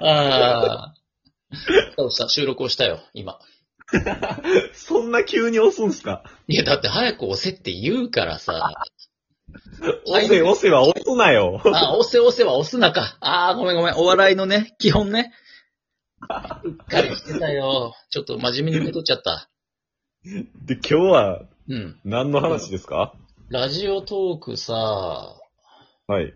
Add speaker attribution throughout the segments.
Speaker 1: ああ。そうした、収録をしたよ、今。
Speaker 2: そんな急に押すんすか
Speaker 1: いや、だって早く押せって言うからさ。
Speaker 2: 押せ押せは押すなよ。
Speaker 1: あ、押せ押せは押すなか。ああ、ごめんごめん。お笑いのね、基本ね。うっかりしてたよ。ちょっと真面目に戻っちゃった。
Speaker 2: で、今日は
Speaker 1: うん。
Speaker 2: 何の話ですか、
Speaker 1: ラジオトークさ、
Speaker 2: はい。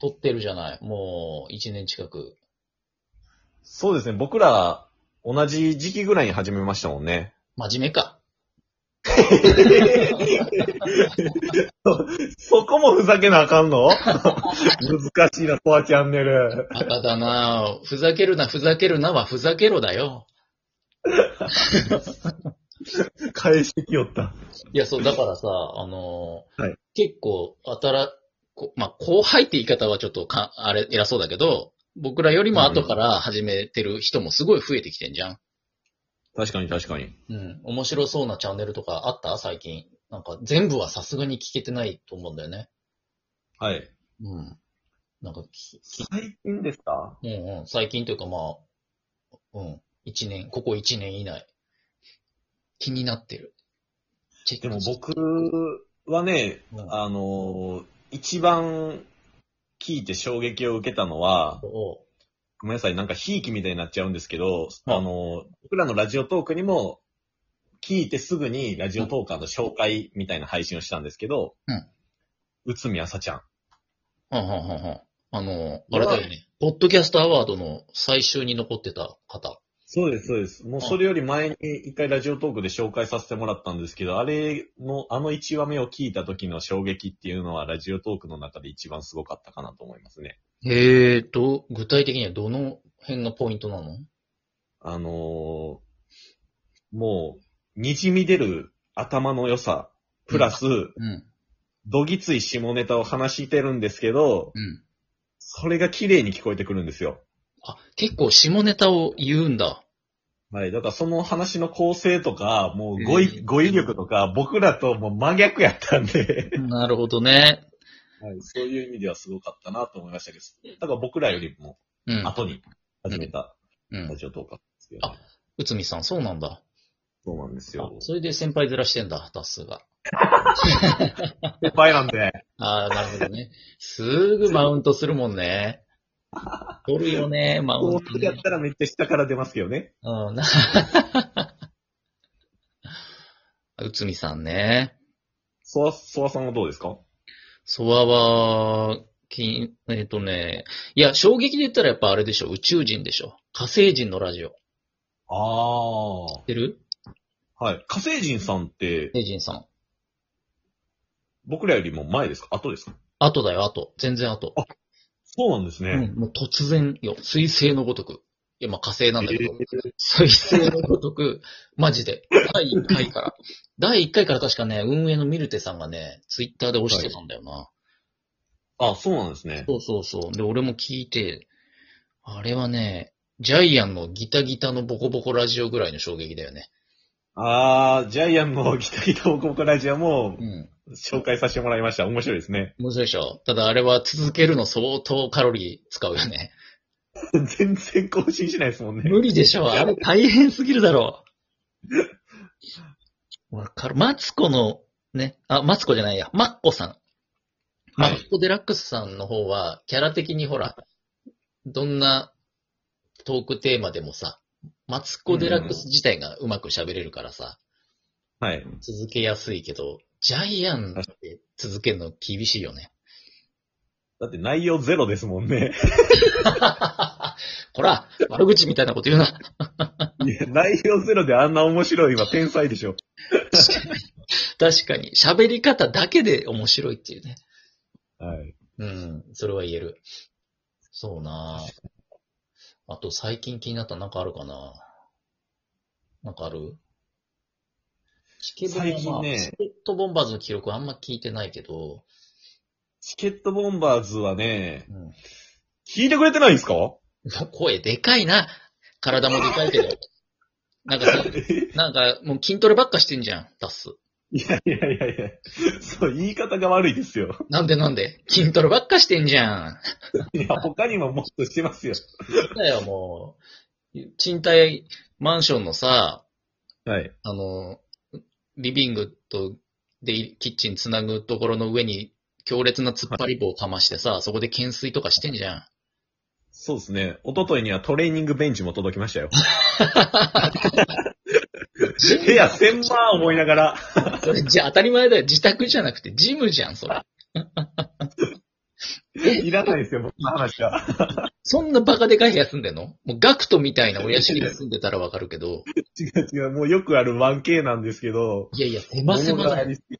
Speaker 1: 撮ってるじゃない。もう、1年近く。
Speaker 2: そうですね、僕ら、同じ時期ぐらいに始めましたもんね。
Speaker 1: 真面目か。
Speaker 2: そこもふざけなあかんの難しいな、コアチャンネル。
Speaker 1: バカだなふざけるな、ふざけるなはふざけろだよ。
Speaker 2: 返してきよった。
Speaker 1: いや、そう、だからさ、あのー
Speaker 2: はい
Speaker 1: 結構、新、こまあ、後輩って言い方はちょっとか、あれ、偉そうだけど、僕らよりも後から始めてる人もすごい増えてきてんじゃん。
Speaker 2: 確かに確かに。
Speaker 1: うん。面白そうなチャンネルとかあった最近。なんか、全部はさすがに聞けてないと思うんだよね。
Speaker 2: はい。
Speaker 1: うん。なんかき、
Speaker 2: 最近ですか
Speaker 1: うんうん。最近というかまあ、うん。一年、ここ一年以内。気になってる。チェッ
Speaker 2: で
Speaker 1: ク
Speaker 2: も
Speaker 1: して、
Speaker 2: 僕はね、
Speaker 1: うん
Speaker 2: あのー一番聞いて衝撃を受けたのは、
Speaker 1: おう
Speaker 2: ごめんなさい、なんかひいきみたいになっちゃうんですけど、
Speaker 1: はい
Speaker 2: あの、僕らのラジオトークにも、聞いてすぐにラジオトーカーの紹介みたいな配信をしたんですけど、
Speaker 1: うん。
Speaker 2: 内海朝ちゃん。
Speaker 1: はんはんはんはん。あの、あれだよね。ポッドキャストアワードの最終に残ってた方。
Speaker 2: そうです、そうです。もうそれより前に一回ラジオトークで紹介させてもらったんですけど、あれの、あの1話目を聞いた時の衝撃っていうのは、ラジオトークの中で一番すごかったかなと思いますね。
Speaker 1: へえと、具体的にはどの辺がポイントなの
Speaker 2: あのーもう、滲み出る頭の良さ、プラス、
Speaker 1: うん。
Speaker 2: どぎつい下ネタを話してるんですけど、
Speaker 1: うん。
Speaker 2: それが綺麗に聞こえてくるんですよ。
Speaker 1: あ、結構下ネタを言うんだ。
Speaker 2: はい。だからその話の構成とか、もう語
Speaker 1: え
Speaker 2: 彙、
Speaker 1: ー
Speaker 2: 語彙力とか、僕らともう真逆やったんで、
Speaker 1: なるほどね。
Speaker 2: はい、そういう意味ではすごかったなと思いましたけど、だから僕らよりも
Speaker 1: うん。
Speaker 2: 後に始めた
Speaker 1: う
Speaker 2: ラ
Speaker 1: ん。
Speaker 2: ジオ動画ですけど、ね
Speaker 1: 内海さん、そうなんだ。
Speaker 2: そうなんです
Speaker 1: あ
Speaker 2: よ。
Speaker 1: それで先輩ずらしてんだ、多数が。
Speaker 2: 先輩なんで、
Speaker 1: ああ、なるほどね。すぐマウントするもんね。取るよね、マウ
Speaker 2: こ
Speaker 1: ント
Speaker 2: うやっ
Speaker 1: ね。
Speaker 2: たらめっちゃ下から出ますけどね。
Speaker 1: うん、 な。内海さんね。
Speaker 2: ソワ、ソワさんはどうですか
Speaker 1: ソワは、きえっ、とね、いや、衝撃で言ったらやっぱあれでしょ、宇宙人でしょ。火星人のラジオ。知
Speaker 2: ああ。は
Speaker 1: ってる
Speaker 2: い。火星人さんって、
Speaker 1: 火星人さん。
Speaker 2: 僕らよりも前ですか後ですか
Speaker 1: 後だよ、後。全然後。
Speaker 2: そうなんですね。
Speaker 1: うん、もう突然よ。水星のごとく。いや、まあ火星なんだけど。
Speaker 2: えー
Speaker 1: 水星のごとく、マジで。第1回から。第1回から確かね、運営のミルテさんがね、ツイッターで押してたんだよな。
Speaker 2: あ、そうなんですね。
Speaker 1: そうそうそう。で、俺も聞いて、あれはね、ジャイアンのギタギタのボコボコラジオぐらいの衝撃だよね。
Speaker 2: あー、ジャイアンのギタギタ報告ラジオも
Speaker 1: うん。
Speaker 2: 紹介させてもらいました。面白いですね。
Speaker 1: 面白いでしょただあれは続けるの相当カロリー使うよね。
Speaker 2: 全然更新しないですもんね。
Speaker 1: 無理でしょ あれ大変すぎるだろ う。わかる。マツコの、ね、あ、マツコじゃないや、マッコさん。マ
Speaker 2: はい
Speaker 1: ッコデラックスさんの方は、キャラ的にほら、どんなトークテーマでもさ、マツコデラックス自体がうまく喋れるからさ、
Speaker 2: はい。
Speaker 1: 続けやすいけど、ジャイアンって続けるの厳しいよね。
Speaker 2: だって内容ゼロですもんね。
Speaker 1: こら、悪口みたいなこと言うな。
Speaker 2: いや、内容ゼロであんな面白いは天才でしょ。
Speaker 1: 確かに。喋り方だけで面白いっていうね。
Speaker 2: はい。
Speaker 1: うん。それは言える。そうなああと最近気になったなんかあるかななんかあるチケボンは
Speaker 2: 最近ね
Speaker 1: スポットボンバーズの記録はあんま聞いてないけど。
Speaker 2: チケットボンバーズはね、
Speaker 1: うん。
Speaker 2: 聞いてくれてないんですか
Speaker 1: 声でかいな。 体もでかいけど。なんかさ、なんかもう筋トレばっかしてんじゃん、ダッス。
Speaker 2: いやいやいやいや、そう、言い方が悪いですよ。
Speaker 1: なんでなんで筋トレばっかしてんじゃん。
Speaker 2: いや、他にももっとしてますよ。
Speaker 1: だよ、もう。賃貸マンションのさ、
Speaker 2: はい。
Speaker 1: あの、リビングと、で、キッチンつなぐところの上に強烈な突っ張り棒をかましてさ、そこで懸垂とかしてんじゃん。
Speaker 2: そうですね。一昨日にはトレーニングベンチも届きましたよ。部屋千万思いながら。
Speaker 1: それじゃあ当たり前だよ。自宅じゃなくてジムじゃん、それ。
Speaker 2: いらないですよ、僕の話は。
Speaker 1: そんなバカでかい部屋住んでんのもうガクトみたいな親尻が住んでたらわかるけど。
Speaker 2: 違う違う、もうよくある 1K なんですけど。
Speaker 1: いやいや、狭狭
Speaker 2: 物が
Speaker 1: だ
Speaker 2: あ
Speaker 1: よ。
Speaker 2: りすぎ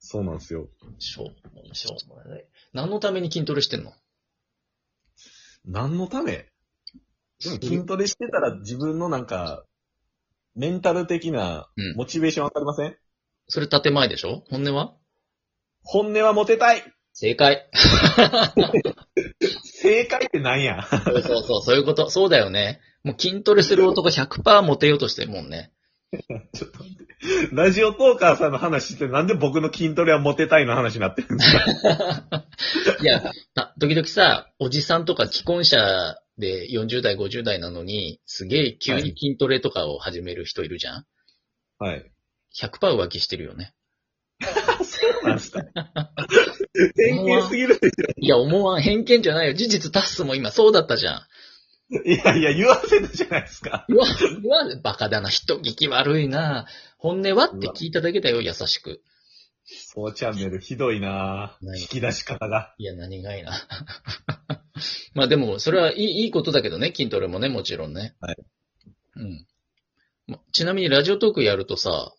Speaker 2: そうなんですよ。
Speaker 1: しょうもない、しょうもない。何のために筋トレしてんの
Speaker 2: 何のためでも筋トレしてたら自分のなんか、メンタル的な
Speaker 1: うん
Speaker 2: モチベーションわかりません、
Speaker 1: それ建前でしょ本音は
Speaker 2: 本音はモテたい
Speaker 1: 正解。
Speaker 2: 正解ってなんや
Speaker 1: そうそうそう、そういうこと。そうだよね。もう筋トレする男100%モテようとしてるもん ね。
Speaker 2: ちょっと待って。ラジオトーカーさんの話ってなんで僕の筋トレはモテたいの話になってる んですか
Speaker 1: いや、た時々さ、おじさんとか既婚者で40代、50代なのに、すげえ急に筋トレとかを始める人いるじゃん
Speaker 2: はい。
Speaker 1: 100%浮気してるよね。
Speaker 2: そうなん ですか偏見すぎるでし
Speaker 1: いや、思わん。偏見じゃないよ。事実タッスも今そうだったじゃん。
Speaker 2: ょ。いやいや、言わせるじゃないですか。
Speaker 1: うわ、うわ、バカだな。人聞き悪いな。本音はって聞いただけだよ、優しく。
Speaker 2: そうチャンネルひどいなぁ
Speaker 1: ない
Speaker 2: 引き出し方が。
Speaker 1: いや、何がいな。 まあでも、それはいいいいことだけどね、筋トレもね、もちろんね。
Speaker 2: はい。
Speaker 1: うん。まちなみにラジオトークやるとさ、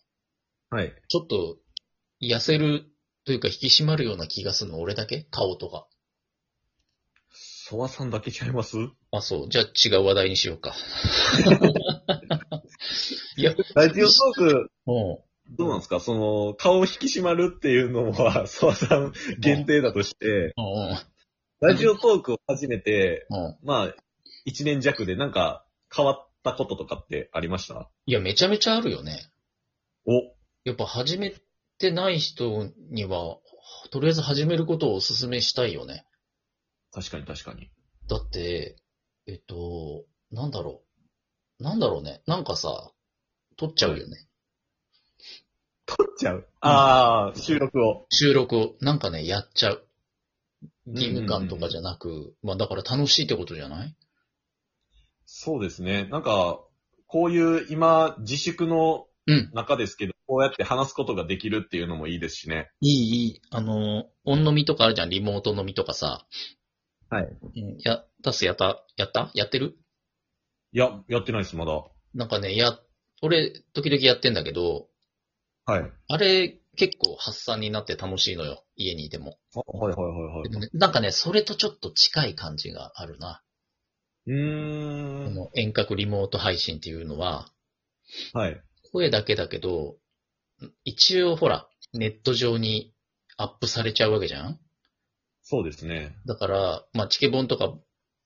Speaker 2: はい。
Speaker 1: ちょっと痩せるというか引き締まるような気がするの、俺だけ顔とか。
Speaker 2: ソワさんだけちゃいます
Speaker 1: あ、そう。じゃあ違う話題にしようか。いや、
Speaker 2: ラジオトーク、
Speaker 1: もう。
Speaker 2: どうなんですかその、顔を引き締まるっていうのは、 ソワさん限定だとして、
Speaker 1: うんうん
Speaker 2: ラジオトークを始めて、
Speaker 1: うん。
Speaker 2: まあ、一年弱でなんか変わったこととかってありました
Speaker 1: いや、めちゃめちゃあるよね。
Speaker 2: お、
Speaker 1: やっぱ始めてない人には、とりあえず始めることをお勧めしたいよね。
Speaker 2: 確かに確かに。
Speaker 1: だって、えっと、なんだろう。なんだろうね。なんかさ、撮っちゃうよね。
Speaker 2: 撮っちゃうああ、収録を。
Speaker 1: 収録を。なんかね、やっちゃう。義務感とかじゃなく、まあだから楽しいってことじゃない
Speaker 2: そうですね。なんか、こういう今、自粛の
Speaker 1: うん。
Speaker 2: 中ですけど、こうやって話すことができるっていうのもいいですしね。
Speaker 1: いい、いい。あの、オン飲みとかあるじゃん。リモート飲みとかさ。
Speaker 2: はい
Speaker 1: うん。や、タスやった、やったやってる
Speaker 2: いや、やってないです、まだ。は
Speaker 1: なんかね、や、俺、時々やってんだけど、
Speaker 2: い。はい
Speaker 1: あれ、結構発散になって楽しいのよ。家にいても。
Speaker 2: はいはいはい
Speaker 1: で。もねなんかね、それとちょっと近い感じがあるな。
Speaker 2: うー
Speaker 1: こ
Speaker 2: ん。
Speaker 1: の遠隔リモート配信っていうのは、
Speaker 2: はい。
Speaker 1: 声だけだけど、一応ほら、ネット上にアップされちゃうわけじゃん
Speaker 2: そうですね。
Speaker 1: だから、まあ、チケボンとか、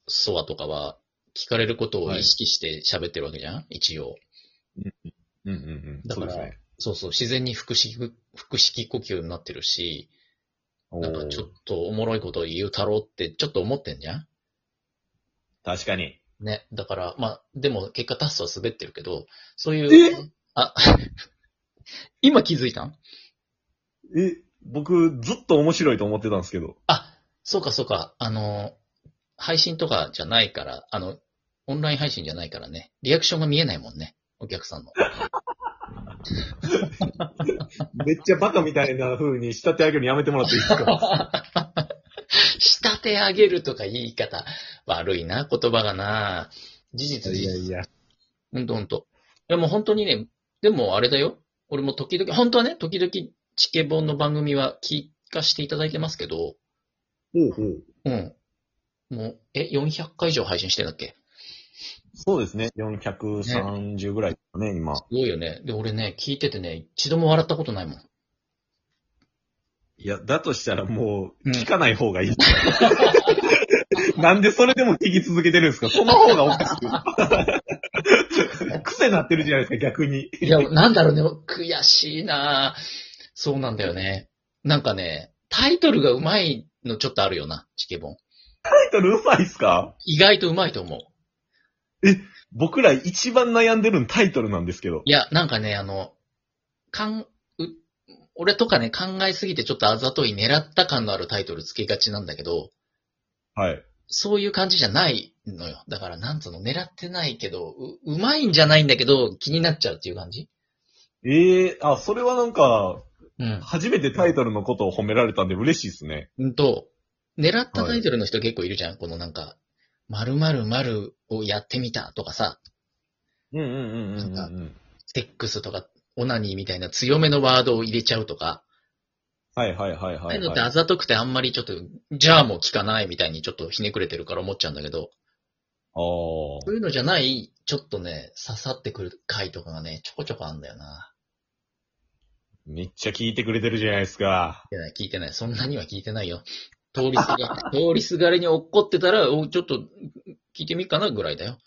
Speaker 1: ソワとかは、聞かれることを意識して喋ってるわけじゃん、一応。
Speaker 2: うんうんうん。
Speaker 1: だ
Speaker 2: そ
Speaker 1: か
Speaker 2: う
Speaker 1: ら
Speaker 2: ですね。
Speaker 1: そうそう、自然に腹式、腹式呼吸になってるし、
Speaker 2: お
Speaker 1: なんか
Speaker 2: ー
Speaker 1: ちょっとおもろいことを言うたろうって、ちょっと思ってんじゃん
Speaker 2: 確かに。
Speaker 1: ね。だから、まあ、でも結果タスは滑ってるけど、そういう、あ、 今気づいたん
Speaker 2: え、僕、ずっと面白いと思ってたんですけど。
Speaker 1: あ、そうかそうか、あの、配信とかじゃないから、あの、オンライン配信じゃないからね、リアクションが見えないもんね、お客さんの。
Speaker 2: めっちゃバカみたいな風に仕立て上げるのやめてもらっていいですか
Speaker 1: 仕立て上げるとか言い方、悪いな、言葉がな。事実、事実。
Speaker 2: いや。
Speaker 1: ほんとほんと。いやもう本当にね、でもあれだよ。俺も時々、本当はね、時々チケボンの番組は聞かせていただいてますけど、
Speaker 2: ほうほう。
Speaker 1: うん。もう、え、400回以上配信してんだっけ
Speaker 2: そうですね。430ぐらいですかね、今。
Speaker 1: すごいよね。で、俺ね、聞いててね、一度も笑ったことないもん。
Speaker 2: いや、だとしたらも
Speaker 1: う
Speaker 2: う、
Speaker 1: ん
Speaker 2: 聞かない方がいい。 なんでそれでも聞き続けてるんですかその方がおかしい。癖なってるじゃないですか、逆に。
Speaker 1: いや、なんだろうね、悔しいなぁそうなんだよね。なんかね、タイトルがうまいのちょっとあるよな、チケボン。
Speaker 2: タイトルうまいっすか
Speaker 1: 意外とうまいと思う。
Speaker 2: 僕ら一番悩んでるのタイトルなんですけど。
Speaker 1: いや、なんかね、あの、かん、う、俺とかね、考えすぎてちょっとあざとい狙った感のあるタイトルつけがちなんだけど、
Speaker 2: はい。
Speaker 1: そういう感じじゃないのよ。だから、なんつうの、狙ってないけど、う、うまいんじゃないんだけど、気になっちゃうっていう感じ
Speaker 2: ええあ、それはなんか、
Speaker 1: うん。
Speaker 2: 初めてタイトルのことを褒められたんで嬉しいですね。
Speaker 1: うんと、狙ったタイトルの人結構いるじゃん、このなんか、〇〇〇をやってみたとかさ、
Speaker 2: うんうんうん
Speaker 1: うんうん
Speaker 2: ん。
Speaker 1: セックスとか、オナニーみたいな強めのワードを入れちゃうとか、
Speaker 2: はいはいはい
Speaker 1: ああ
Speaker 2: はいい、
Speaker 1: うのって
Speaker 2: は
Speaker 1: あ
Speaker 2: い。
Speaker 1: ざとくてあんまりちょっと、じゃあもう聞かないみたいにちょっとひねくれてるから思っちゃうんだけど、
Speaker 2: あー
Speaker 1: そういうのじゃない、ちょっとね、刺さってくる回とかがね、ちょこちょこあんだよな。
Speaker 2: めっちゃ聞いてくれてるじゃないですか。
Speaker 1: 聞いてない、聞いてない。そんなには聞いてないよ。通りすが、 通りすがりに落っこってたら、おちょっと、聞いてみっかなぐらいだよ。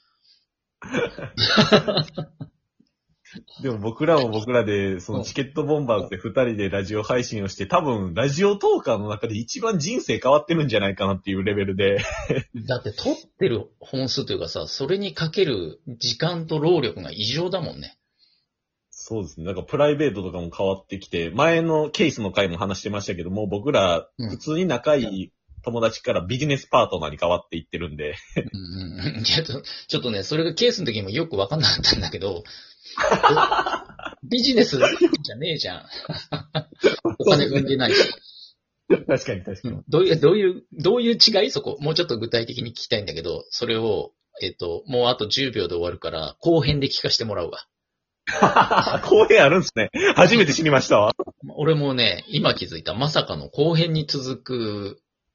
Speaker 2: でも僕らも僕らで、そのチケットボンバーズで二人でラジオ配信をして、多分ラジオトーカーの中で一番人生変わってるんじゃないかなっていうレベル で。
Speaker 1: だって撮ってる本数というかさ、それにかける時間と労力が異常だもんね。
Speaker 2: そうですね。なんかプライベートとかも変わってきて、前のケースの回も話してましたけども、僕ら
Speaker 1: うん
Speaker 2: 普通に仲いい友達からビジネスパートナーに変わっていってるんで、
Speaker 1: うんうん。 ちょっと、ちょっとね、それがケースの時もよくわかんなかったんだけ ど、ビジネスじゃねえじゃ ん。お金産んでないし。
Speaker 2: 確かに確かに。
Speaker 1: どういう、どういう、どういう違いそこ。もうちょっと具体的に聞きたいんだけど、それを、えっ、と、もうあと10秒で終わるから、後編で聞かせてもらうわ。
Speaker 2: 公平あるんですね。初めて知りましたわ。
Speaker 1: 俺もね、今気づいた、まさかの後編に続く